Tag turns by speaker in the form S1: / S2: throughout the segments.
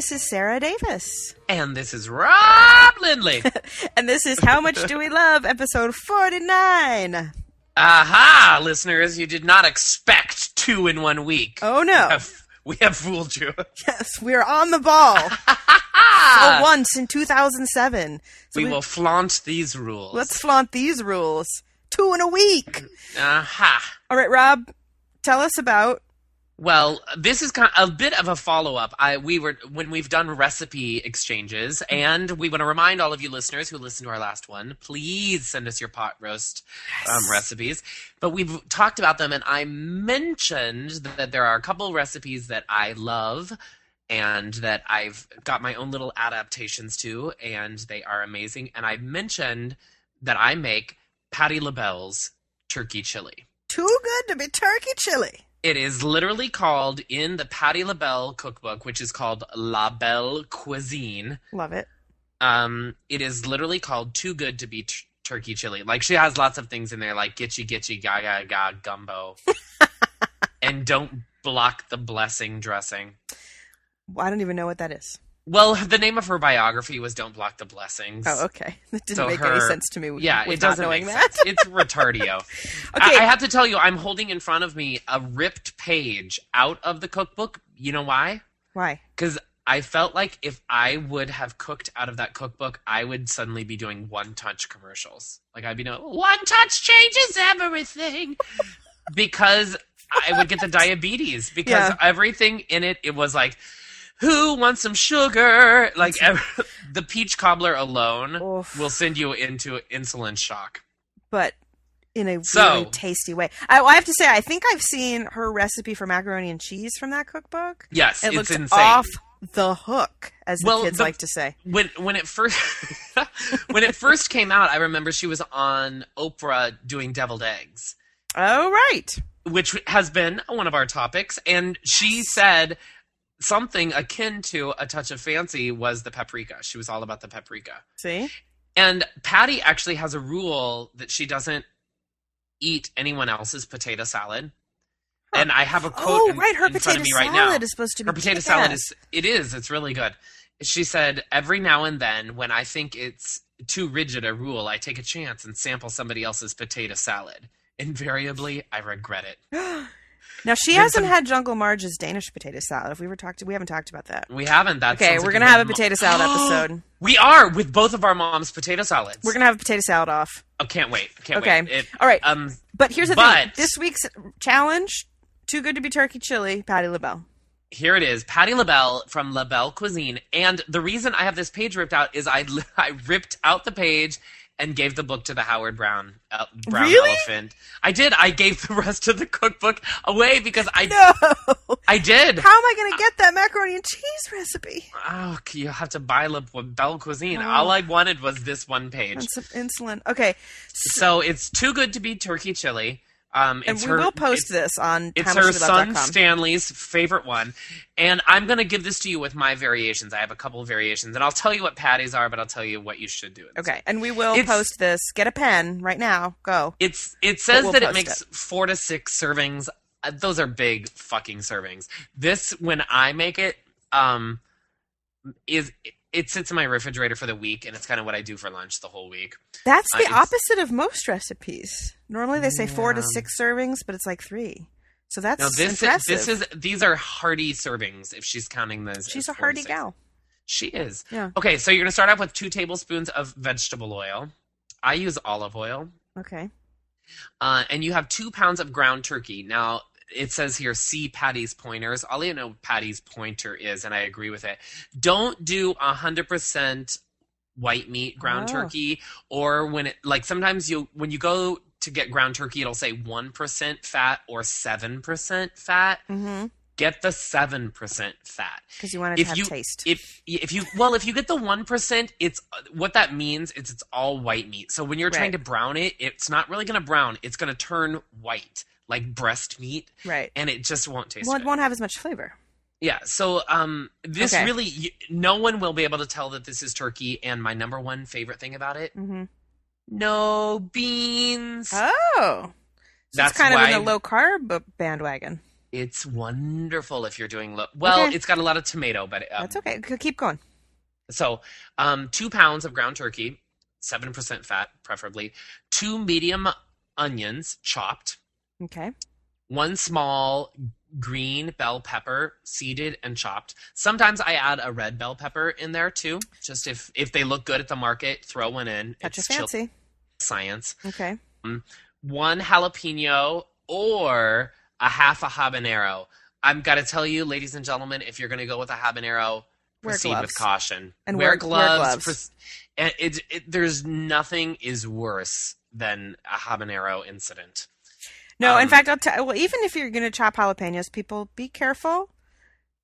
S1: Sarah Davis.
S2: And this is Rob Lindley.
S1: And this is How Much Do We Love, episode 49.
S2: Aha, listeners, you did not expect two in one week.
S1: Oh no. Ah.
S2: We have, we have fooled you. Ah,
S1: Yes, we are on the ball for once in 2007. So
S2: we, will flaunt these rules.
S1: Let's flaunt these rules. Two in a week.
S2: Aha.
S1: All right, Rob, tell us about.
S2: Well, this is kind of a bit of a follow up. I we were when we've done recipe exchanges, and we want to remind all of you listeners who listened to our last one, please send us your pot roast um, recipes. But we've talked about them, and I mentioned that there are a couple recipes that I love, and that I've got my own little adaptations to, and they are amazing. And I mentioned that I make Patty LaBelle's turkey chili.
S1: Too good to be turkey chili.
S2: It is literally called in the Patty LaBelle cookbook, which is called La Belle Cuisine.
S1: Love it.
S2: Um, it is literally called Too Good to Be T- Turkey Chili. Like she has lots of things in there, like Gitchy Gitchy Ga Ga Ga Gumbo, and Don't Block the Blessing Dressing.
S1: Well, I don't even know what that is.
S2: Well, the name of her biography was Don't Block the Blessings.
S1: Oh, okay. That didn't
S2: So
S1: make
S2: her-
S1: any sense to me. with-
S2: Yeah,
S1: with
S2: it
S1: not
S2: doesn't
S1: knowing
S2: make
S1: that.
S2: sense. It's retardio.
S1: Okay.
S2: I, I have to tell you, I'm holding in front of me a ripped page out of the cookbook. You know why?
S1: Why?
S2: because I felt like if I would have cooked out of that cookbook, I would suddenly be doing one touch commercials. Like I'd be doing one touch changes everything because I would get the diabetes because
S1: Yeah.
S2: everything in it it was like who wants some sugar? Like ev- the peach cobbler alone
S1: Oof.
S2: will send you into insulin shock.
S1: but in a
S2: So-
S1: really tasty way. I, I have to say, I think I've seen her recipe for macaroni and cheese from that cookbook.
S2: Yes,
S1: It
S2: it's
S1: looks
S2: insane.
S1: off the hook, as the
S2: Well,
S1: kids
S2: the-
S1: like to say.
S2: when when it first when it first came out, I remember she was on Oprah doing deviled eggs,
S1: Oh, right.
S2: which has been one of our topics, and she said something akin to a touch of fancy was the paprika. She was all about the paprika.
S1: See?
S2: And Patty actually has a rule that she doesn't eat anyone else's potato salad. And I have a quote
S1: Oh,
S2: in,
S1: right. Her
S2: in front
S1: potato
S2: of me right
S1: salad
S2: now
S1: is supposed to be
S2: her potato
S1: kick-ass.
S2: salad is it is it's really good she said every now and then when i think it's too rigid a rule i take a chance and sample somebody else's potato salad invariably i regret it
S1: now she
S2: Then
S1: hasn't
S2: some-
S1: had Jungle Marge's Danish potato salad. If we were talked, we haven't talked about that.
S2: we haven't that
S1: Okay,
S2: sounds
S1: we're
S2: like
S1: gonna have a
S2: good mo-
S1: potato salad episode.
S2: we are with both of our mom's potato salads
S1: We're gonna have a potato salad off.
S2: oh can't wait can't
S1: Okay,
S2: wait It-
S1: all right.
S2: um
S1: But here's the thing:
S2: but-
S1: this week's challenge, too good to be turkey chili, Patty LaBelle.
S2: here it is patty labelle from labelle cuisine and the reason i have this page ripped out is i li- i ripped out the page and gave the book to the howard brown uh, brown
S1: Really?
S2: elephant i did i gave the rest of the cookbook away because i
S1: No.
S2: i did
S1: How am I going to get that macaroni and cheese recipe?
S2: oh you have to buy labelle cuisine
S1: Oh.
S2: all i wanted was this one page
S1: And some insulin. Okay,
S2: so it's too good to be turkey chili um
S1: and
S2: it's
S1: we
S2: her-
S1: will post
S2: it's-
S1: this on
S2: It's her son
S1: howmuchdoyouvelove.com.
S2: Stanley's favorite one. And I'm going to give this to you with my variations. I have a couple of variations. And I'll tell you what Patty's are, but I'll tell you what you should do. instead.
S1: Okay, and we will
S2: It's-
S1: post this. Get a pen right now. Go.
S2: It's it says
S1: we'll
S2: that it
S1: post
S2: makes four to six servings. Uh, Those are big fucking servings. This when I make it, um, is it sits in my refrigerator for the week, and it's kind of what I do for lunch the whole week.
S1: That's
S2: Uh,
S1: the
S2: it's-
S1: opposite of most recipes. Normally they say four to
S2: Yeah.
S1: six servings, but it's like three. So that's
S2: Now this is,
S1: impressive.
S2: this is these are hearty servings if she's counting those.
S1: She's a
S2: as four to
S1: hardy
S2: six.
S1: gal.
S2: She is.
S1: Yeah.
S2: Okay, so you're gonna start off with two tablespoons of vegetable oil. I use olive oil.
S1: Okay.
S2: Uh, and you have two pounds of ground turkey. Now, it says here, see Patty's pointers. All you know Patty's pointer is, and I agree with it. Don't do 100% white meat ground
S1: Oh.
S2: turkey, or when it, like sometimes you, when you go to get ground turkey, it'll say 1% fat or 7% fat.
S1: Mm-hmm.
S2: Get the 7% fat.
S1: Because you want it
S2: If
S1: to have
S2: you-
S1: taste.
S2: If if you well if you get the one percent, it's what that means is it's all white meat. So when you're trying to
S1: Right.
S2: brown it, it's not really going to brown. It's going to turn white like breast meat,
S1: right.
S2: and it just won't taste
S1: Well, it
S2: good.
S1: won't have as much flavor.
S2: Yeah. So um, this
S1: Okay.
S2: really you, no one will be able to tell that this is turkey. And my number one favorite thing about it,
S1: Mm-hmm.
S2: no beans.
S1: Oh. So
S2: That's
S1: it's kind of in
S2: why-
S1: the low carb bandwagon.
S2: It's wonderful if you're doing lo- well.
S1: Okay.
S2: It's got a lot of tomato, but um,
S1: That's okay. C- Keep going.
S2: so um, two pounds of ground turkey, seven percent fat, preferably. Two medium onions chopped.
S1: Okay.
S2: One small green bell pepper, seeded and chopped. Sometimes I add a red bell pepper in there too. Just if if they look good at the market, throw one in.
S1: Catch your
S2: it's chill
S1: fancy.
S2: science.
S1: Okay.
S2: One jalapeno or a half a habanero. I'm gotta tell you, ladies and gentlemen, if you're gonna go with a habanero,
S1: Wear
S2: proceed
S1: gloves.
S2: with caution
S1: And
S2: wear,
S1: wear- wear
S2: gloves.
S1: gloves.
S2: pres- and it, it, there's nothing is worse than a habanero incident.
S1: No, in
S2: Um,
S1: fact, I'll tell. Well, even if you're going to chop jalapenos, people be careful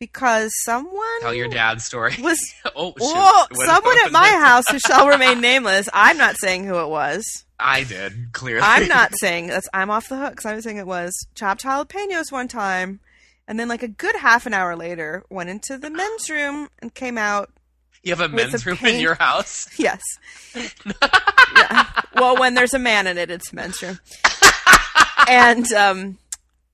S1: because someone
S2: Tell your dad's story.
S1: was
S2: oh, shoot.
S1: oh,
S2: What
S1: someone at
S2: happened?
S1: my house who shall remain nameless. I'm not saying who it was.
S2: I did clearly.
S1: I'm not saying that's. I'm off the hook. So I'm saying it was chopped jalapenos one time, and then like a good half an hour later, went into the men's room and came out.
S2: You have a
S1: with
S2: men's
S1: the
S2: room in
S1: paint.
S2: your house.
S1: Yes. yeah. Well, when there's a man in it, it's men's room. And um,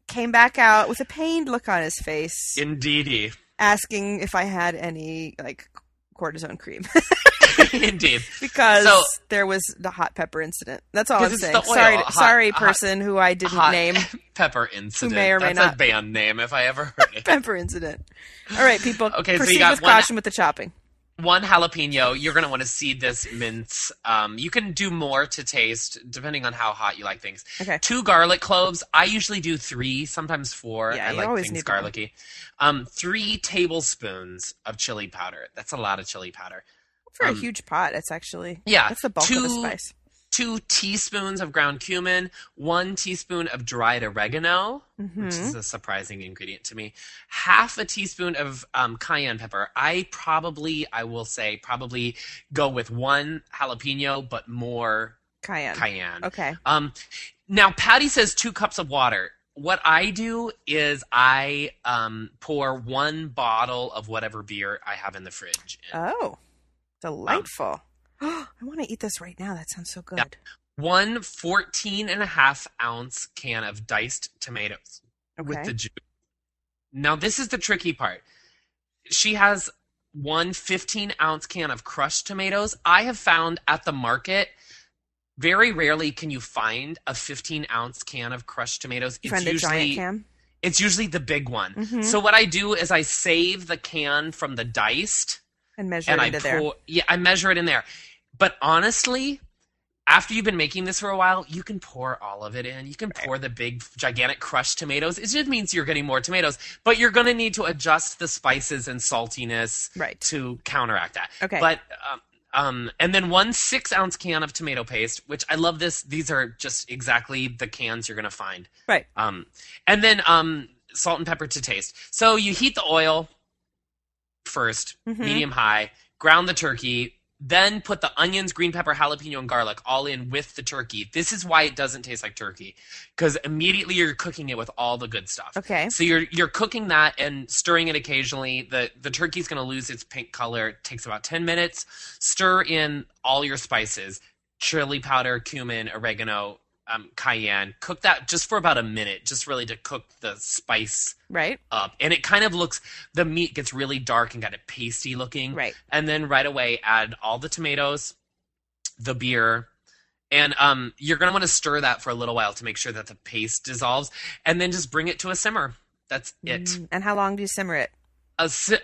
S1: came back out with a pained look on his face.
S2: Indeedy,
S1: asking if I had any like cortisone cream
S2: indeed.
S1: because
S2: So-
S1: there was the hot pepper incident. That's all I'm
S2: Because it's
S1: saying.
S2: the oil.
S1: Sorry,
S2: Hot-
S1: sorry,
S2: hot-
S1: person who I didn't
S2: Hot
S1: name.
S2: pepper incident.
S1: may or may
S2: That's a
S1: not.
S2: band name if I ever heard it.
S1: Pepper incident. All right, people.
S2: Okay, so you
S1: proceed
S2: got
S1: with
S2: one-
S1: caution with the chopping.
S2: One jalapeno. You're gonna want to seed this mince. Um, you can do more to taste depending on how hot you like things.
S1: Okay.
S2: two garlic cloves. I usually do three, sometimes four.
S1: Yeah,
S2: I
S1: you
S2: like
S1: always
S2: things
S1: need more.
S2: garlicky. Um, three tablespoons of chili powder. That's a lot of chili powder.
S1: For
S2: Um,
S1: a huge pot, it's actually
S2: Yeah,
S1: that's the bulk
S2: two
S1: of the spice.
S2: two teaspoons of ground cumin, one teaspoon of dried oregano,
S1: hmm
S2: which is a surprising ingredient to me. Half a teaspoon of um, cayenne pepper. I probably, I will say, probably go with one jalapeno, but more
S1: Cayenne.
S2: cayenne.
S1: Okay.
S2: Um, now Patty says two cups of water. What I do is I um, pour one bottle of whatever beer I have in the fridge. in.
S1: Oh, delightful. I want to eat this right now. That sounds so good.
S2: One 14 and a half ounce can of diced tomatoes with
S1: Okay.
S2: the juice. Now this is the tricky part. She has one 15 ounce can of crushed tomatoes. I have found at the market very rarely can you find a 15 ounce can of crushed tomatoes.
S1: You find the giant can.
S2: It's usually the big one.
S1: Mhm.
S2: So what I do is I save the can from the diced
S1: and measure
S2: and
S1: it
S2: I
S1: into there.
S2: pour yeah, I measure it in there. But honestly, after you've been making this for a while, you can pour all of it in. You can pour the big gigantic crushed tomatoes. It just means you're getting more tomatoes, but you're going to need to adjust the spices and saltiness
S1: Right.
S2: to counteract that.
S1: Okay.
S2: But um, um, and then one six ounce can of tomato paste, which I love. This these are just exactly the cans you're gonna find.
S1: Right.
S2: Um, and then um, salt and pepper to taste. So you heat the oil 1st
S1: Mhm.
S2: medium high. Ground the turkey. Then put the onions, green pepper, jalapeno, and garlic all in with the turkey. This is why it doesn't taste like turkey, because immediately you're cooking it with all the good stuff.
S1: Okay.
S2: So you're you're cooking that and stirring it occasionally. The the turkey's going to lose its pink color. It takes about 10 minutes. Stir in all your spices, chili powder, cumin, oregano, um, cayenne. Cook that just for about a minute, just really to cook the spice
S1: Right.
S2: up. And it kind of looks the meat gets really dark and kind of pasty looking.
S1: Right.
S2: And then right away add all the tomatoes, the beer, and um, you're gonna want to stir that for a little while to make sure that the paste dissolves, and then just bring it to a simmer. That's it.
S1: Mm, And how long do you simmer it?
S2: A si-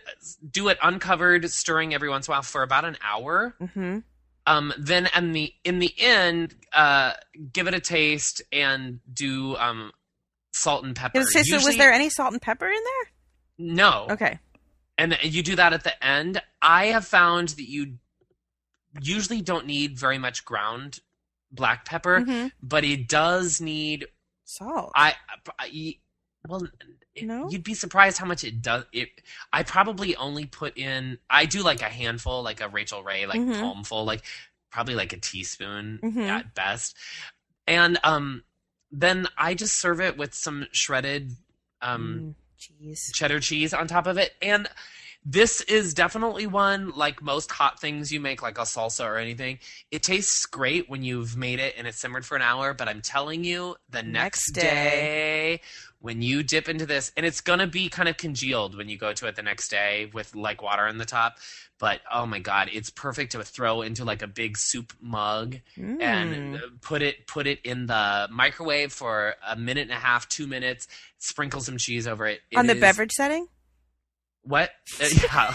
S2: do it uncovered, stirring every once in a while for about an hour.
S1: Mm-hmm.
S2: Um, then in the in the end, uh, give it a taste and do um, salt and pepper.
S1: It was, so was
S2: Usually-
S1: there any salt and pepper in there?
S2: no?
S1: Okay.
S2: and you do that at the end. I have found that you usually don't need very much ground black pepper,
S1: Mhm.
S2: but it does need.
S1: Salt.
S2: I, I well, it-
S1: No?
S2: you'd be surprised how much it does. It. I probably only put in. I do like a handful, like a Rachel Ray, like
S1: Mhm.
S2: palmful, like probably like a teaspoon
S1: Mhm.
S2: at best, and um, then I just serve it with some shredded
S1: Mm,
S2: um
S1: Jeez.
S2: cheddar cheese on top of it. And this is definitely one, like most hot things you make, like a salsa or anything. It tastes great when you've made it and it's simmered for an hour, but I'm telling you, the next,
S1: Next
S2: day,
S1: day.
S2: when you dip into this, and it's gonna be kind of congealed when you go to it the next day with like water on the top. But oh my god, it's perfect to throw into like a big soup mug
S1: Mm.
S2: and uh, put it put it in the microwave for a minute and a half, two minutes. Sprinkle some cheese over it. It
S1: on the
S2: is-
S1: beverage setting.
S2: What? Uh, yeah.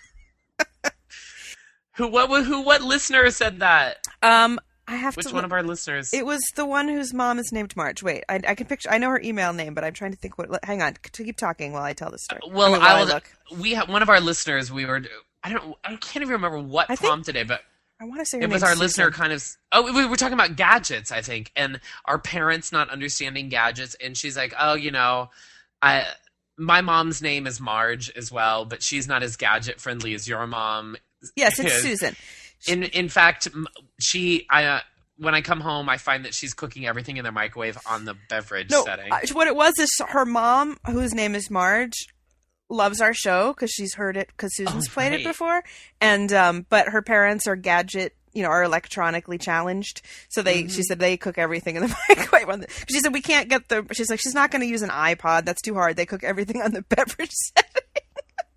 S2: who? What? wa- Who? What listener said that?
S1: Um, I have
S2: Which
S1: to.
S2: one
S1: look-
S2: of our listeners?
S1: it was the one whose mom is named March. Wait, I, I can picture. I know her email name, but I'm trying to think what. Hang on, c- keep talking while I tell this story.
S2: well,
S1: I, mean, while
S2: I will.
S1: look.
S2: We have one of our listeners. We were. I don't. I can't even remember what
S1: I think-
S2: prompted it, but
S1: I want to say her
S2: it was
S1: name's
S2: our listener
S1: Susan.
S2: kind of oh we were talking about gadgets i think and our parents not understanding gadgets and she's like oh you know i my mom's name is marge as well but she's not as gadget friendly as your mom
S1: Yes, it's
S2: is.
S1: Susan.
S2: in in fact m- she i uh, when i come home i find that she's cooking everything in the microwave on the beverage
S1: No,
S2: setting
S1: I- what it was is her mom, whose name is Marge, loves our show because she's heard it because Susan's
S2: Oh,
S1: played
S2: right.
S1: it before, and um, but her parents are gadget. You know, are electronically challenged, so they.
S2: Mm-hmm.
S1: She said they cook everything in the microwave. On the, she said we can't get the. She's like she's not going to use an iPod. That's too hard. They cook everything on the beverage set.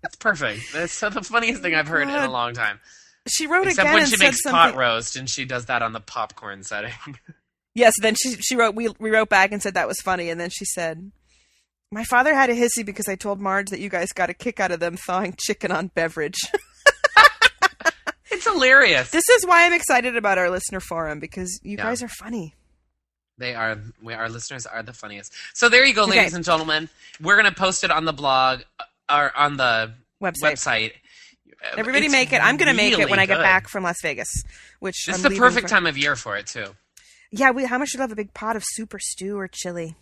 S2: it's perfect that's the funniest thing i've heard in a
S1: God.
S2: long time
S1: She wrote
S2: except
S1: again
S2: when
S1: and
S2: she
S1: said
S2: makes
S1: something.
S2: pot roast and she does that on the popcorn setting
S1: Yes, then she she wrote we we wrote back and said that was funny, and then she said, "My father had a hissy because I told Marge that you guys got a kick out of them thawing chicken on beverage."
S2: it's hilarious
S1: this is why I'm excited about our listener forum because you
S2: Yeah.
S1: guys are funny.
S2: They are. We, our listeners are the funniest. So there you go,
S1: Okay.
S2: ladies and gentlemen. We're gonna post it on the blog uh, or on the
S1: Website.
S2: website. Uh,
S1: Everybody
S2: It's
S1: make it. I'm going to make it
S2: really
S1: when I get
S2: good.
S1: back from Las Vegas, which
S2: This
S1: I'm
S2: is the
S1: leaving
S2: perfect
S1: for-
S2: time of year for it too,
S1: Yeah, we, how much should have a big pot of soup or stew or chili?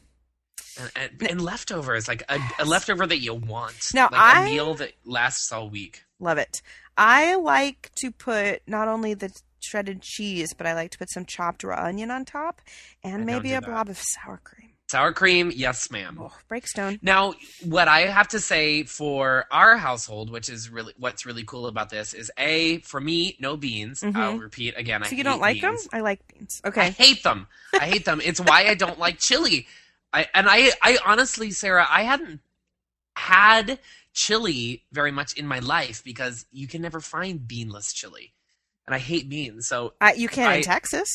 S2: and, and, and leftovers like a, a leftover that you want.
S1: Now,
S2: like a
S1: I-
S2: meal that lasts all week.
S1: Love it. I like to put not only the shredded cheese, but I like to put some chopped raw onion on top
S2: I don't
S1: and maybe
S2: do
S1: a
S2: that.
S1: blob of sour cream.
S2: Sour cream, yes, ma'am.
S1: Oh, Breakstone.
S2: Now, what I have to say for our household, which is really what's really cool about this, is a for me, no beans.
S1: Mhm.
S2: I'll repeat again. I
S1: So you don't like
S2: hate
S1: them?
S2: beans.
S1: I like beans.
S2: I
S1: Okay.
S2: hate them. I hate them. It's why I don't like chili. I and I I honestly, Sarah, I hadn't had chili very much in my life because you can never find beanless chili. And I hate beans. So
S1: I, you can
S2: I-
S1: in Texas.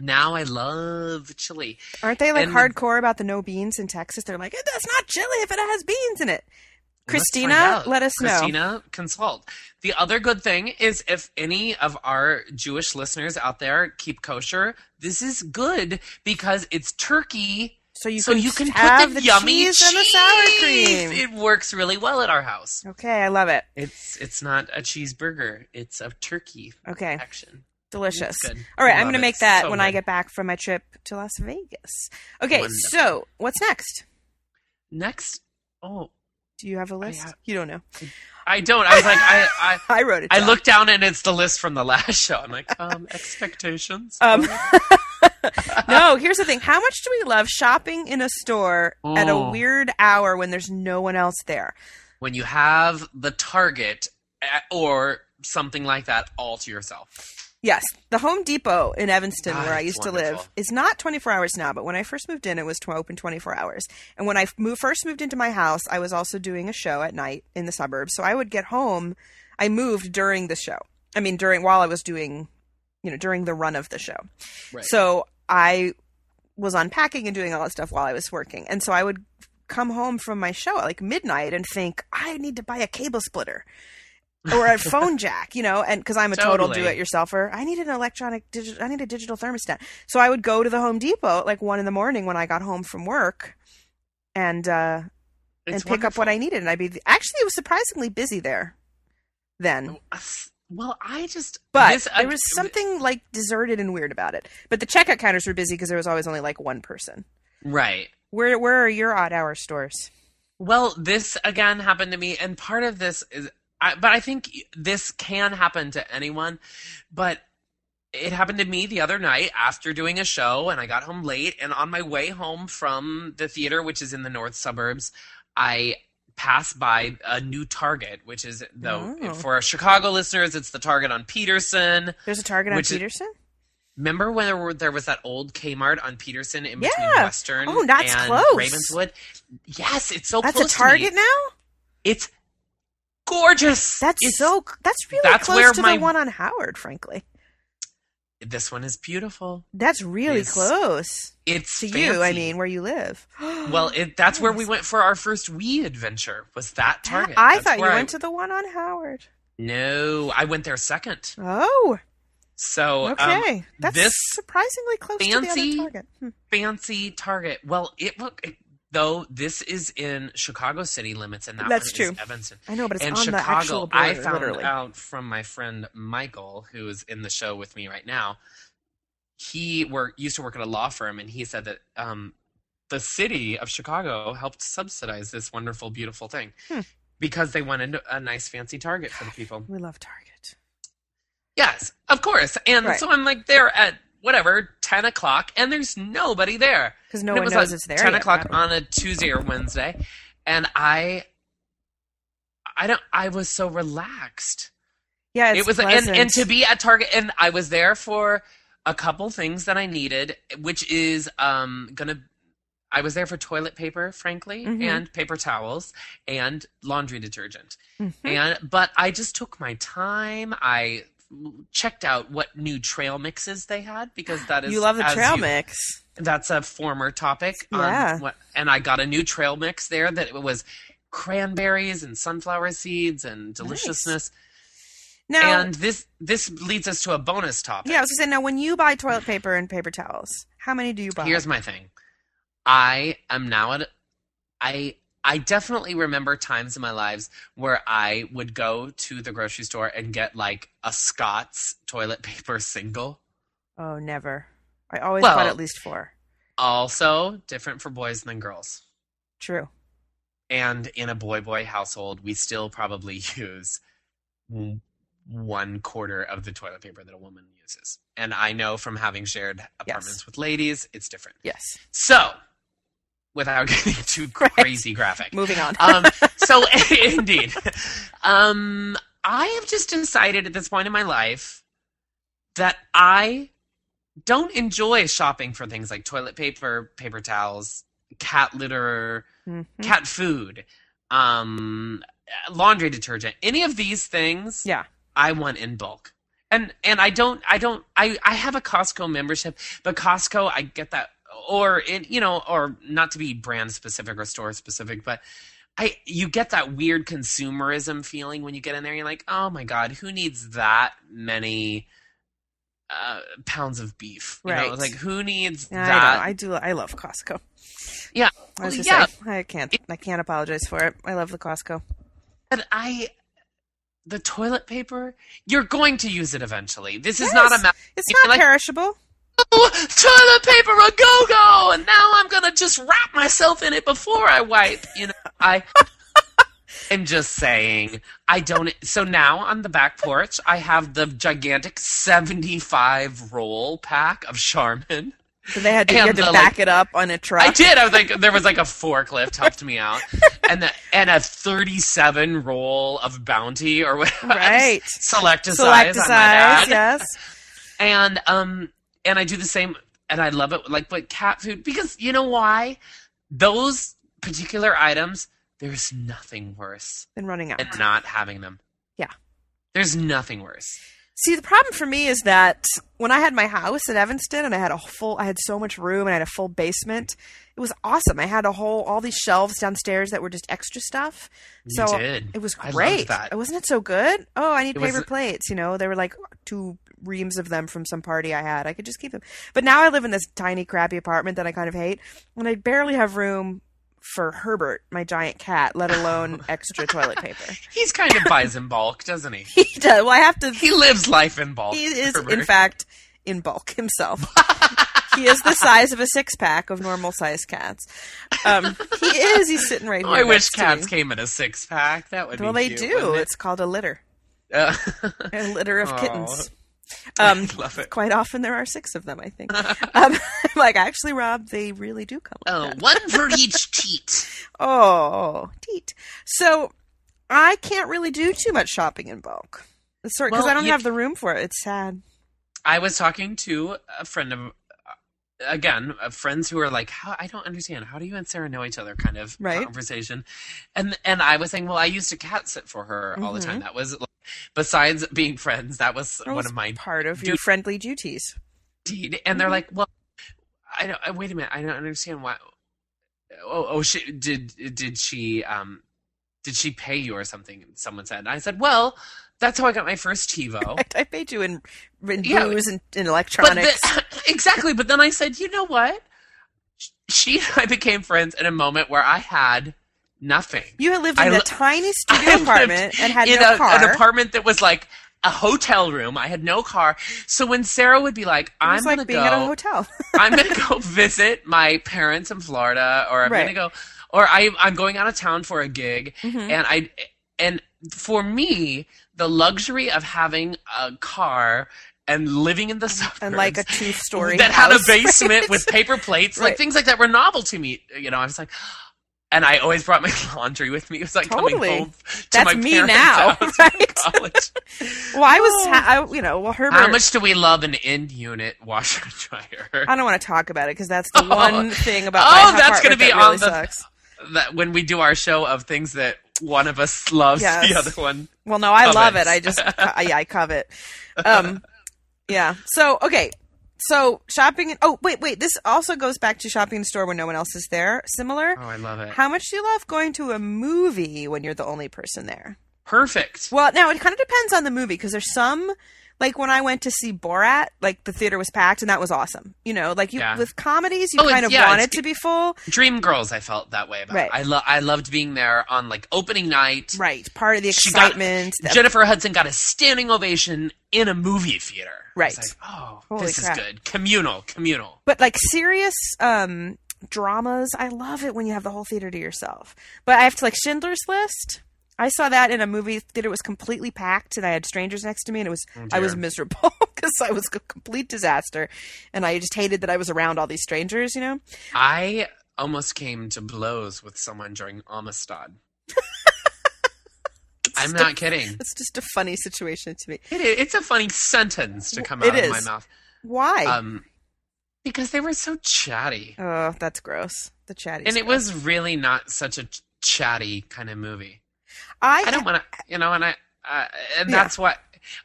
S2: now I love chili.
S1: Aren't they like
S2: and-
S1: hardcore about the no beans in Texas? They're like, that's not chili if it has beans in it.
S2: Let's find
S1: Christina,
S2: out.
S1: let us know.
S2: Christina, consult. The other good thing is if any of our Jewish listeners out there keep kosher, this is good because it's turkey
S1: So you
S2: so
S1: can,
S2: you can
S1: have
S2: put
S1: the,
S2: the, yummy
S1: cheese, and the sour
S2: cheese.
S1: cream.
S2: It works really well at our house.
S1: okay, I love it.
S2: It's it's not a cheeseburger; it's a turkey
S1: Okay,
S2: action.
S1: delicious.
S2: It's good.
S1: All right,
S2: Love
S1: I'm going to
S2: it.
S1: make that
S2: So
S1: when I
S2: good.
S1: get back from my trip to Las Vegas. Okay,
S2: Wonderful.
S1: so what's next?
S2: next. Oh,
S1: Do you have a list?
S2: have-
S1: You don't know.
S2: I don't. I was like, I I,
S1: I wrote it.
S2: I
S1: down.
S2: looked down and it's the list from the last show. I'm like, um, expectations.
S1: Um, no, here's the thing. How much do we love shopping in a store at a
S2: Oh.
S1: weird hour when there's no one else there?
S2: when you have the target eh, or something like that all to yourself.
S1: Yes, the Home Depot in Evanston,
S2: Ah,
S1: where I
S2: it's
S1: used to
S2: wonderful.
S1: live, is not 24 hours now. But when I first moved in, it was tw- open 24 hours. And when I f- moved, first moved into my house, I was also doing a show at night in the suburbs. So I would get home. I moved during the show. I mean, during while I was doing, you know, during the run of the show.
S2: Right.
S1: So I was unpacking and doing all that stuff while I was working. And so I would come home from my show at like midnight and think, I need to buy a cable splitter or a phone jack, you know, and because I'm a total
S2: Totally.
S1: do it yourselfer, I need an electronic digital, I need a digital thermostat. So I would go to the Home Depot at like one in the morning when I got home from work and, uh, and
S2: It's
S1: pick up what I needed. And I'd be actually, it was surprisingly busy there then.
S2: wonderful. Well, I just
S1: But
S2: this- uh,
S1: there was something like deserted and weird about it. But the checkout counters were busy because there was always only like one person.
S2: right.
S1: Where where are your odd hour stores?
S2: Well, this again happened to me, and part of this is, I, but I think this can happen to anyone. But it happened to me the other night after doing a show, and I got home late. And on my way home from the theater, which is in the north suburbs, I passed by a new Target, which is though
S1: Oh.
S2: for our Chicago listeners, it's the Target on Peterson.
S1: There's a Target on
S2: Which is-
S1: Peterson.
S2: Remember when there, were, there was that old Kmart on Peterson in between
S1: Yeah.
S2: Western
S1: Oh, that's
S2: and
S1: close.
S2: Ravenswood? Yes, it's so
S1: That's a
S2: close. to me.
S1: Target now.
S2: It's gorgeous.
S1: That's
S2: It's-
S1: so. That's really
S2: that's
S1: close
S2: where
S1: to
S2: my-
S1: the one on Howard. Frankly,
S2: This one is beautiful.
S1: that's really
S2: Is-
S1: close
S2: It's
S1: to you. I
S2: fancy.
S1: mean, where you live.
S2: Well, it, that's where we
S1: Yes.
S2: went for our first Wii adventure. Was that Target?
S1: I
S2: That's
S1: thought you
S2: where
S1: went to the one on Howard.
S2: No, I went there second.
S1: Oh,
S2: So um,
S1: okay. that's
S2: this
S1: surprisingly close to
S2: fancy-
S1: the other Target. Hmm.
S2: fancy Target. Well, it look it- though this is in Chicago city limits, and that
S1: That's
S2: one is
S1: true.
S2: Evanston.
S1: I know, but it's
S2: and
S1: on
S2: Chicago,
S1: the actual border,
S2: I found
S1: literally.
S2: out from my friend Michael, who's in the show with me right now. He work used to work at a law firm, and he said that um, the city of Chicago helped subsidize this wonderful, beautiful thing
S1: Hmm.
S2: because they wanted a nice, fancy Target for the people.
S1: We love Target.
S2: Yes, of course. And
S1: Right.
S2: so I'm like there at whatever ten o'clock, and there's nobody there.
S1: Because no
S2: And it
S1: one
S2: was
S1: knows
S2: like
S1: it's there.
S2: 10
S1: yet,
S2: o'clock
S1: probably.
S2: on a Tuesday or Wednesday, and I, I don't. I was so relaxed.
S1: Yeah, it's
S2: it was
S1: pleasant.
S2: and and to be at Target, and I was there for a couple things that I needed, which is um gonna. I was there for toilet paper, frankly,
S1: Mhm.
S2: and paper towels and laundry detergent.
S1: Mhm.
S2: And but I just took my time. I checked out what new trail mixes they had because that is
S1: you love the
S2: as
S1: trail
S2: you-
S1: mix.
S2: that's a former topic.
S1: Yeah.
S2: On what, and I got a new trail mix there that was cranberries and sunflower seeds and deliciousness.
S1: Now,
S2: And this this leads us to a bonus topic.
S1: yeah, I was gonna say now when you buy toilet paper and paper towels, how many do you buy?
S2: Here's my thing. I am now at I I definitely remember times in my lives where I would go to the grocery store and get like a Scott's toilet paper single.
S1: oh, never. I always
S2: Well-
S1: bought at least four.
S2: Also different for boys than girls.
S1: True.
S2: and in a boy boy household, we still probably use w- one quarter of the toilet paper that a woman uses. And I know from having shared apartments with ladies, it's different.
S1: Yes.
S2: So, without getting too
S1: Right.
S2: crazy graphic,
S1: Moving on.
S2: um, so indeed, um, I have just decided at this point in my life that I don't enjoy shopping for things like toilet paper, paper towels, cat litter,
S1: Mhm.
S2: cat food, um, laundry detergent, any of these things.
S1: Yeah.
S2: I want in bulk. And and I don't I don't I I have a Costco membership, but Costco I get that or in you know or not to be brand specific or store specific, but I you get that weird consumerism feeling when you get in there. You're like, oh my god, who needs that many uh, pounds of beef? You know,
S1: Right.
S2: Like who needs
S1: Yeah,
S2: that?
S1: I know. I do. I love Costco.
S2: Yeah.
S1: I was
S2: Well,
S1: just
S2: yeah.
S1: saying, I can't. I can't apologize for it. I love the Costco.
S2: But I, the toilet paper, you're going to use it eventually. This is not a
S1: Yes.
S2: matter.
S1: It's
S2: You
S1: not
S2: like-
S1: perishable.
S2: toilet paper a go go, and now I'm gonna just wrap myself in it before I wipe. You know, I. am just saying, I don't. So now on the back porch, I have the gigantic 75 roll pack of Charmin.
S1: So they had to, you had
S2: And
S1: to
S2: the,
S1: back it up on a truck.
S2: I did. I was like, there was like a forklift helped me out, and the, and a 37 roll of Bounty or whatever.
S1: Right.
S2: Select a
S1: Select
S2: size. I might
S1: size,
S2: add.
S1: yes.
S2: and um and I do the same and I love it like but cat food because you know why those particular items there's nothing worse
S1: Been running out.
S2: than not having them.
S1: Yeah.
S2: There's nothing worse.
S1: See, the problem for me is that when I had my house at Evanston and I had a full, I had so much room and I had a full basement. It was awesome. I had a whole, all these shelves downstairs that were just extra stuff. So
S2: you did.
S1: it was
S2: I loved
S1: great.
S2: that.
S1: Wasn't it so good? Oh, I need
S2: It was-
S1: paper plates. You know, there were like two reams of them from some party I had. I could just keep them. But now I live in this tiny, crappy apartment that I kind of hate, and I barely have room for Herbert, my giant cat, let
S2: Oh.
S1: alone extra toilet paper.
S2: He's kind of buys in bulk, doesn't he?
S1: He does. Well, I have to
S2: He lives life in bulk.
S1: he is, in
S2: Herbert.
S1: fact, in bulk himself. he is the size of a six pack of normal sized cats. Um, he is. He's sitting right
S2: Oh,
S1: here.
S2: I wish
S1: next to me.
S2: cats came in a six pack. That would
S1: Well,
S2: be
S1: they
S2: cute,
S1: do.
S2: wouldn't
S1: It's called a litter,
S2: it? Uh,
S1: a litter of
S2: Aw.
S1: kittens.
S2: I
S1: Um,
S2: love it.
S1: quite often there are six of them. I think. um, like actually, Rob, they really do come. Like
S2: Oh,
S1: that.
S2: one for each teat.
S1: Oh, teat. So I can't really do too much shopping in bulk. Because
S2: Well,
S1: I don't
S2: you-
S1: have the room for it. It's sad.
S2: I was talking to a friend of uh, again uh, friends who are like how i don't understand how do you and sarah know each other kind of
S1: Right.
S2: conversation and and i was saying well i used to cat sit for her all the
S1: Mhm.
S2: time that was like, besides being friends that was
S1: That
S2: one
S1: was
S2: of my
S1: part of your
S2: dude-
S1: friendly duties.
S2: deed and
S1: Mm-hmm.
S2: they're like well i don't I- wait a minute i don't understand why oh oh she did did she um did she pay you or something someone said and i said well that's how i got my first tivo
S1: I, I paid you in, in
S2: Yeah.
S1: booze and, and
S2: But
S1: electronics.
S2: the- exactly. But then I said, you know what? She and I became friends in a moment where I had nothing.
S1: you had lived
S2: I
S1: in a
S2: li-
S1: tiny
S2: I
S1: studio
S2: lived
S1: apartment and had
S2: in
S1: no
S2: a-
S1: car.
S2: an apartment that was like a hotel room. I had no car. So when Sarah would be like,
S1: it
S2: I'm
S1: was like
S2: gonna
S1: being
S2: go
S1: at a hotel.
S2: I'm gonna go visit my parents in Florida or I'm
S1: Right.
S2: gonna go or I I'm going out of town for a gig
S1: Mhm.
S2: and I and for me, the luxury of having a car and living in the suburbs
S1: and like a two-story
S2: that had a
S1: house.
S2: basement with paper plates,
S1: Right.
S2: like things like that were novel to me. You know, I was like, and I always brought my laundry with me. It was like
S1: Totally.
S2: coming home to
S1: That's
S2: my
S1: me
S2: parents'
S1: now,
S2: house Oh. from
S1: right?
S2: college.
S1: Well, I was, ha- I, you know, well, Herbert.
S2: How much do we love an end unit washer and dryer?
S1: I don't want to talk about it because that's the
S2: Oh.
S1: one thing about
S2: Oh,
S1: my
S2: that's
S1: going to
S2: gonna be
S1: that really
S2: on the-
S1: sucks.
S2: That when we do our show of things that one of us loves,
S1: Yes.
S2: the other one.
S1: Well, no, I love it.
S2: Comments.
S1: I just, I, yeah, I covet. Um, yeah. So okay. So shopping. Oh wait, wait. This also goes back to shopping in a store when no one else is there. Similar.
S2: Oh, I love it.
S1: How much do you love going to a movie when you're the only person there?
S2: Perfect.
S1: Well, now it kind of depends on the movie because there's some like when I went to see Borat, like the theater was packed and that was awesome. You know, like you
S2: Yeah.
S1: with comedies, you
S2: Oh, it's-
S1: kind of
S2: yeah,
S1: want
S2: it's-
S1: it to be full,
S2: Dream Girls, I felt that way about.
S1: Right.
S2: I lo- I loved being there on like opening night.
S1: right? Part of the
S2: She got-
S1: excitement. the-
S2: Jennifer Hudson got a standing ovation in a movie theater.
S1: Right.
S2: It's like, oh,
S1: Holy
S2: this
S1: crap.
S2: is good. Communal, communal.
S1: but like serious um dramas i love it when you have the whole theater to yourself but i have to like schindler's list i saw that in a movie theater it was completely packed and i had strangers next to me and it was i was
S2: Oh, dear.
S1: miserable because i was a complete disaster and i just hated that i was around all these strangers you know
S2: I almost came to blows with someone during Amistad. I'm not kidding.
S1: it's just a funny situation to me
S2: It, it's a funny sentence to come
S1: It
S2: out of my
S1: is.
S2: mouth.
S1: why
S2: Um, because they were so chatty.
S1: oh that's gross the chatty
S2: and it was really not such a ch- chatty kind of movie.
S1: i,
S2: I don't want to, you know, and I, uh, and
S1: Yeah.
S2: that's what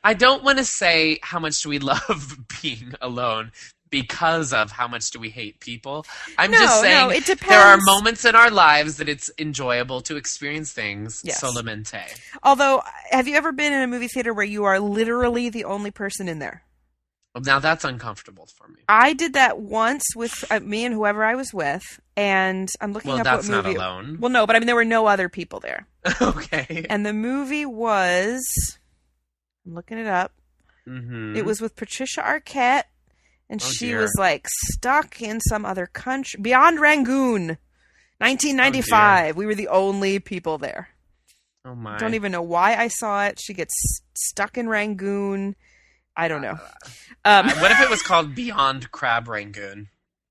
S2: I don't want to say. How much do we love being alone? Because of how much do we hate people? I'm
S1: no
S2: just saying
S1: no it depends
S2: there are moments in our lives that it's enjoyable to experience things
S1: Yes.
S2: solamente.
S1: although have you ever been in a movie theater where you are literally the only person in there
S2: Now that's uncomfortable for me.
S1: I did that once with uh, me and whoever I was with, and I'm looking
S2: Well,
S1: up
S2: that's
S1: what
S2: not
S1: movie.
S2: alone.
S1: Well, no, but I mean there were no other people there,
S2: okay.
S1: and the movie was. I'm looking it up.
S2: hmm
S1: It was with Patricia Arquette, and
S2: Oh,
S1: she
S2: dear.
S1: was like stuck in some other country beyond Rangoon, 1995. we were the only people there.
S2: Oh my.
S1: Don't even know why I saw it. She gets s- stuck in Rangoon. I don't know. Um,
S2: Uh, what if it was called Beyond Crab Rangoon?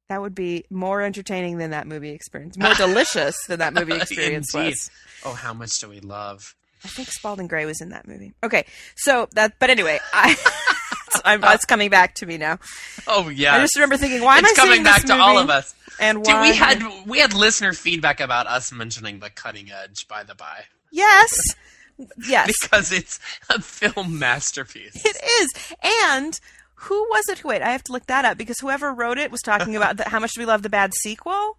S1: That would be more entertaining than that movie experience. More delicious than that movie experience
S2: Indeed.
S1: was.
S2: Oh, how much do we love?
S1: I think Spalding Gray was in that movie. Okay, so that. But anyway, I. I'm, that's coming back to me now.
S2: Oh Uh, yeah.
S1: I just remember thinking, why am
S2: it's
S1: I
S2: coming
S1: seeing this
S2: back to all
S1: movie?
S2: of us.
S1: And
S2: Dude,
S1: why?
S2: we had we had listener feedback about us mentioning the cutting edge, by the by,
S1: yes, yes,
S2: because it's a film masterpiece.
S1: it is. And who was it? who Wait, I have to look that up because whoever wrote it was talking about the, how much we love the bad sequel.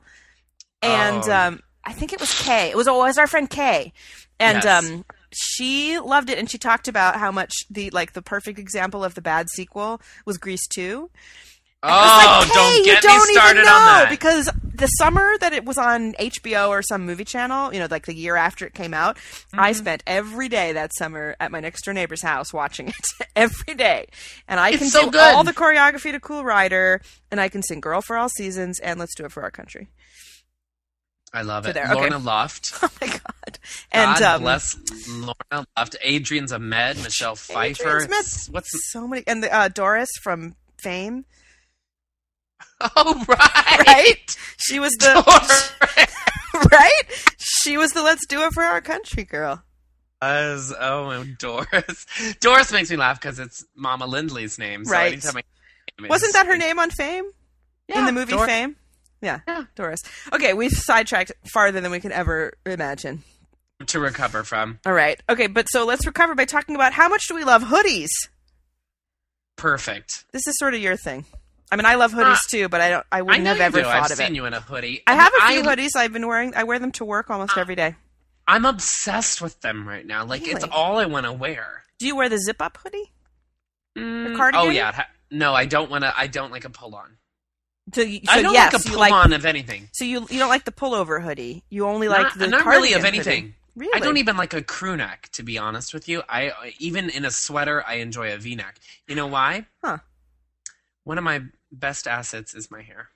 S1: And
S2: Oh.
S1: um, I think it was Kay. It was always our friend Kay, and
S2: Yes.
S1: um, she loved it. And she talked about how much the like the perfect example of the bad sequel was Grease Two. I
S2: Oh,
S1: was like, Kay,
S2: don't
S1: you
S2: get
S1: don't
S2: me started
S1: even
S2: on
S1: know
S2: that.
S1: because the summer that it was on HBO or some movie channel, you know, like the year after it came out, I
S2: Mm-hmm.
S1: spent every day that summer at my next door neighbor's house watching it every day, and I
S2: It's
S1: can
S2: so
S1: do
S2: good.
S1: all the choreography to Cool Rider, and I can sing "Girl for All Seasons" and "Let's Do It for Our Country."
S2: I love
S1: So
S2: it.
S1: there, okay.
S2: Lorna Loft.
S1: Oh my god! And
S2: God
S1: um,
S2: bless Lorna Loft. Adrian's Ahmed, Michelle Pfeiffer.
S1: Adrian Smith.
S2: It's- What's
S1: so many, and the, uh, Doris from Fame,
S2: oh right,
S1: right? She was the
S2: Doris.
S1: right. She was the "Let's Do It for Our Country" girl.
S2: was. Oh, and Doris. Doris makes me laugh because it's Mama Lindley's name. So
S1: Right.
S2: anytime I-
S1: Wasn't that her name on Fame? in
S2: Yeah,
S1: the movie
S2: Doris.
S1: Fame? Yeah,
S2: Yeah.
S1: Doris. Okay, we've sidetracked farther than we could ever imagine.
S2: To recover from.
S1: All right. Okay, but so let's recover by talking about how much do we love hoodies?
S2: Perfect.
S1: This is sort of your thing. I mean, I love hoodies too, but I don't. I
S2: Uh, I
S1: wouldn't
S2: know
S1: have ever
S2: you do.
S1: thought
S2: I've
S1: of
S2: seen
S1: it.
S2: you in a hoodie.
S1: I have a few
S2: I,
S1: hoodies I've been wearing. I wear them to work
S2: Uh,
S1: almost every day.
S2: I'm obsessed with them right now. Like it's
S1: Really?
S2: all I want to wear.
S1: Do you wear the zip up hoodie?
S2: Mm,
S1: cardigan?
S2: Oh yeah. it ha- No, I don't want to. I don't like a pull on.
S1: So, you- so
S2: I don't
S1: yes,
S2: like a
S1: you
S2: pull
S1: like.
S2: on of anything.
S1: So you you don't like the pullover hoodie. You only like
S2: Not-
S1: the
S2: not really of
S1: cardigan hoodie.
S2: anything.
S1: Really?
S2: I don't even like a crew neck, to be honest with you. I even in a sweater, I enjoy a V neck. You know why?
S1: Huh.
S2: One of my best assets is my hair,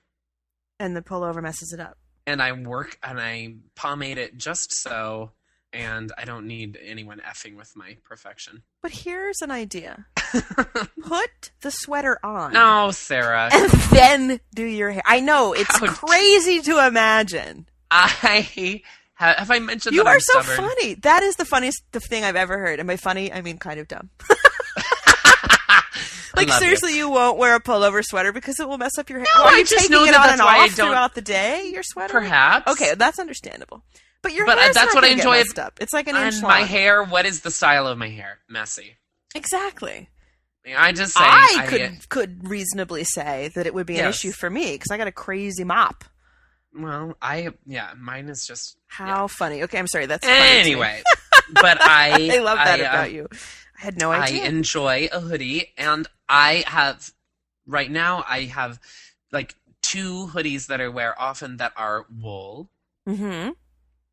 S1: And the pullover messes it up.
S2: and I work and I pomade it just so, and I don't need anyone effing with my perfection.
S1: But here's an idea: put the sweater on.
S2: no, Sarah,
S1: and then do your hair. I know it's
S2: Ouch.
S1: crazy to imagine.
S2: I have, have I mentioned
S1: You
S2: that
S1: are
S2: I'm
S1: so
S2: stubborn?
S1: funny. That is the funniest th- thing I've ever heard. And by funny, I mean kind of dumb.
S2: I
S1: Like
S2: love you.
S1: seriously, you. won't wear a pullover sweater because it will mess up your hair.
S2: No,
S1: Well,
S2: I
S1: you're
S2: just
S1: taking
S2: know
S1: it
S2: that
S1: on
S2: that's
S1: and
S2: why I
S1: off
S2: don't-
S1: throughout the day. Your sweater,
S2: Perhaps
S1: Okay, that's understandable. But your
S2: But, uh,
S1: hair's not
S2: that's what I
S1: gonna get
S2: enjoy-
S1: Messed up. It's like an inch
S2: And
S1: long.
S2: my hair. What is the style of my hair? Messy.
S1: Exactly.
S2: I just say
S1: I could
S2: I-
S1: could reasonably say that it would be an
S2: Yes.
S1: issue for me because I got a crazy mop.
S2: Well, I yeah, mine is just
S1: How funny. Okay, I'm sorry. That's funny to me.
S2: anyway. but I
S1: I love that
S2: I, uh,
S1: about you. I had no
S2: I
S1: idea.
S2: enjoy a hoodie, and I have right now. I have like two hoodies that I wear often that are wool,
S1: Mm-hmm.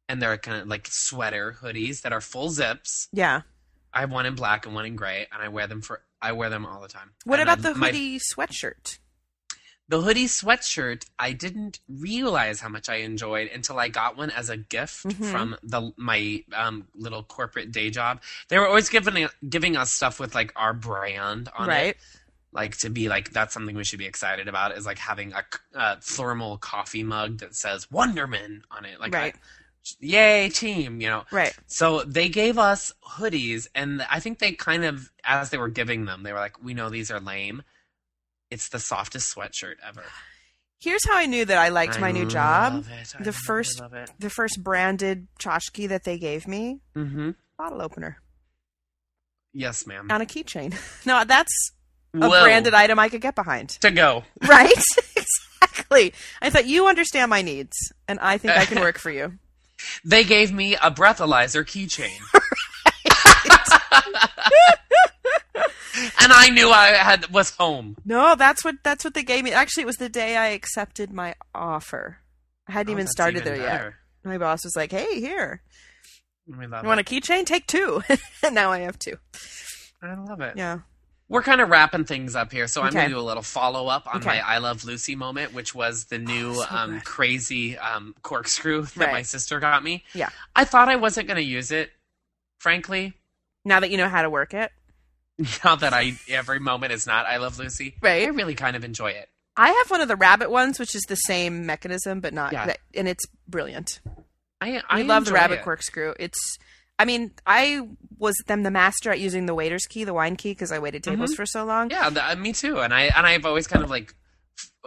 S2: and they're kind of like sweater hoodies that are full zips.
S1: Yeah.
S2: I have one in black and one in gray, and I wear them for I wear them all the time.
S1: What
S2: And
S1: about
S2: I-
S1: the
S2: my-
S1: hoodie sweatshirt?
S2: the hoodie sweatshirt? I didn't realize how much I enjoyed until I got one as a gift
S1: Mhm.
S2: from the my um, little corporate day job. They were always giving giving us stuff with like our brand on it.
S1: Right.
S2: like to be like that's something we should be excited about is like having a c- uh, thermal coffee mug that says Wonderman on it like I-
S1: Right.
S2: yay team you know
S1: Right.
S2: so they gave us hoodies and I think they kind of as they were giving them they were like we know these are lame it's the softest sweatshirt ever
S1: Here's how I knew that I liked
S2: I
S1: my new job.
S2: love it. I
S1: The
S2: really
S1: first-
S2: love it.
S1: The first branded tchotchke that they gave me,
S2: hmm
S1: bottle opener
S2: yes ma'am
S1: on a keychain. No, that's a
S2: Mm. Whoa.
S1: branded item I could get behind.
S2: to go
S1: Right? exactly. I thought you understand my needs, and I think I can work for you.
S2: they gave me a breathalyzer keychain. and I knew I had was home.
S1: No, that's what that's what they gave me. Actually, it was the day I accepted my offer. I
S2: Oh,
S1: hadn't even started there yet. My boss was like, "Hey, here,
S2: yet. We love
S1: you want a
S2: it.
S1: keychain? Take two. and now I have two.
S2: I love it.
S1: Yeah.
S2: We're kind of wrapping things up here, so I'm
S1: Okay.
S2: going to do a little follow up on
S1: Okay. Oh,
S2: my I Love Lucy moment, which was the new
S1: so
S2: um,
S1: good.
S2: crazy um, corkscrew that my
S1: Right.
S2: sister got me.
S1: Yeah.
S2: I thought I wasn't going to use it, frankly.
S1: Now that you know how to work it.
S2: Now that I every moment is not I Love Lucy,
S1: Right.
S2: I really kind of enjoy it.
S1: I have one of the rabbit ones, which is the same mechanism, but not,
S2: Yeah.
S1: that, and it's brilliant.
S2: I
S1: I
S2: I
S1: love the
S2: enjoy
S1: rabbit
S2: it.
S1: corkscrew. It's, I mean, I was them the master at using the waiter's key, the wine key, because I waited tables for so long.
S2: Mm-hmm. Yeah, th- uh, me too. And I and I've always kind of like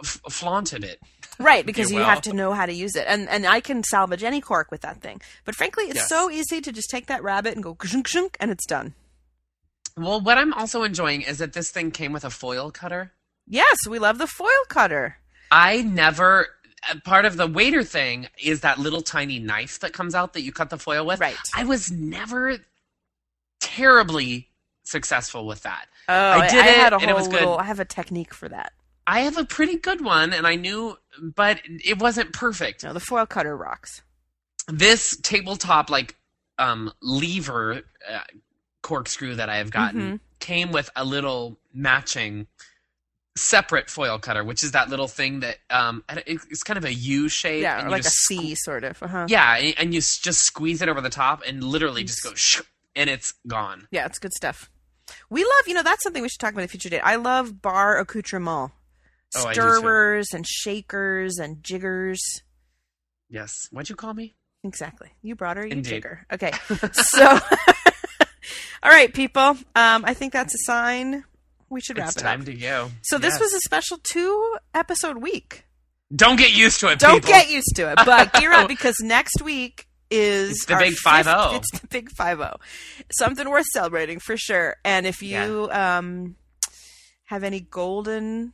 S2: f- f- flaunted it.
S1: Right, because
S2: you
S1: you
S2: will.
S1: have to know how to use it, and and I can salvage any cork with that thing. But frankly, it's
S2: Yes.
S1: so easy to just take that rabbit and go kshunk, kshunk, and it's done.
S2: Well, what I'm also enjoying is that this thing came with a foil cutter.
S1: Yes, we love the foil cutter.
S2: I never. uh, Part of the waiter thing is that little tiny knife that comes out that you cut the foil with.
S1: Right.
S2: I was never terribly successful with that.
S1: Oh, I,
S2: did
S1: I
S2: it,
S1: had a
S2: and it
S1: whole
S2: was good.
S1: little. I have a technique for that.
S2: I have a pretty good one, and I knew, but it wasn't perfect.
S1: No, the foil cutter rocks.
S2: this tabletop like um lever uh, corkscrew that I have gotten
S1: Mm-hmm.
S2: came with a little matching separate foil cutter, which is that little thing that um and it- it's kind of a U shape.
S1: Yeah,
S2: and
S1: or
S2: you
S1: like a
S2: just sque-
S1: C sort of. Uh-huh. Yeah.
S2: Yeah, and, and you s- just squeeze it over the top and literally just go shh, and it's gone.
S1: it's good stuff. We love, you know, that's something we should talk about in the future date. I love bar accoutrement,
S2: Oh, I do too.
S1: stirrers and shakers and jiggers.
S2: Yes. What'd you call me?
S1: Exactly. You brought her, you took
S2: Indeed.
S1: her. Okay. So All right, people. Um, I think that's a sign we should wrap
S2: It's
S1: it
S2: time
S1: up.
S2: to go.
S1: So this
S2: Yes.
S1: was a special two episode week.
S2: Don't get used to it.
S1: Don't
S2: people.
S1: get used to it, but gear up because next week is
S2: It's the
S1: our
S2: big
S1: fifth-
S2: 50.
S1: It's the big five zero. Something worth celebrating for sure. And if you um have any golden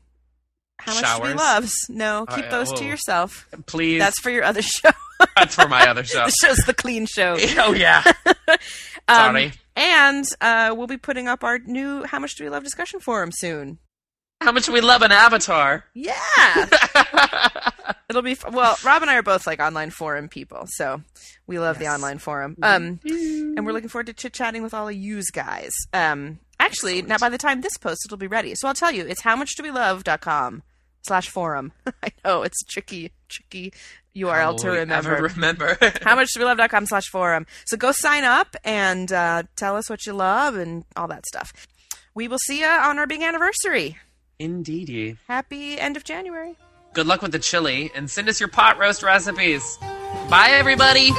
S1: how much do we
S2: Showers?
S1: loves, no,
S2: Oh,
S1: keep
S2: yeah,
S1: those to
S2: whoa.
S1: yourself.
S2: please. That's,
S1: That's for your other show.
S2: for my other show.
S1: the show's the clean show.
S2: oh yeah.
S1: Um,
S2: Sorry.
S1: And uh, we'll be putting up our new How Much Do We Love discussion forum soon.
S2: How much we love an avatar.
S1: Yeah. It'll be, f- well, Rob and I are both like online forum people, so we love the
S2: Yes. Mm-hmm.
S1: online forum. Um, and we're looking forward to chit chatting with all of you guys. Um, actually, now by the time this post, it'll be ready. So I'll tell you, it's howmuchdowelove.com slash forum. I know it's tricky, tricky URL to
S2: Will we
S1: remember.
S2: ever remember.
S1: howmuchdowelove.com slash forum. So go sign up and uh, tell us what you love and all that stuff. We will see you on our big anniversary.
S2: Indeedy.
S1: Happy end of January.
S2: Good luck with the chili and send us your pot roast recipes. Bye everybody.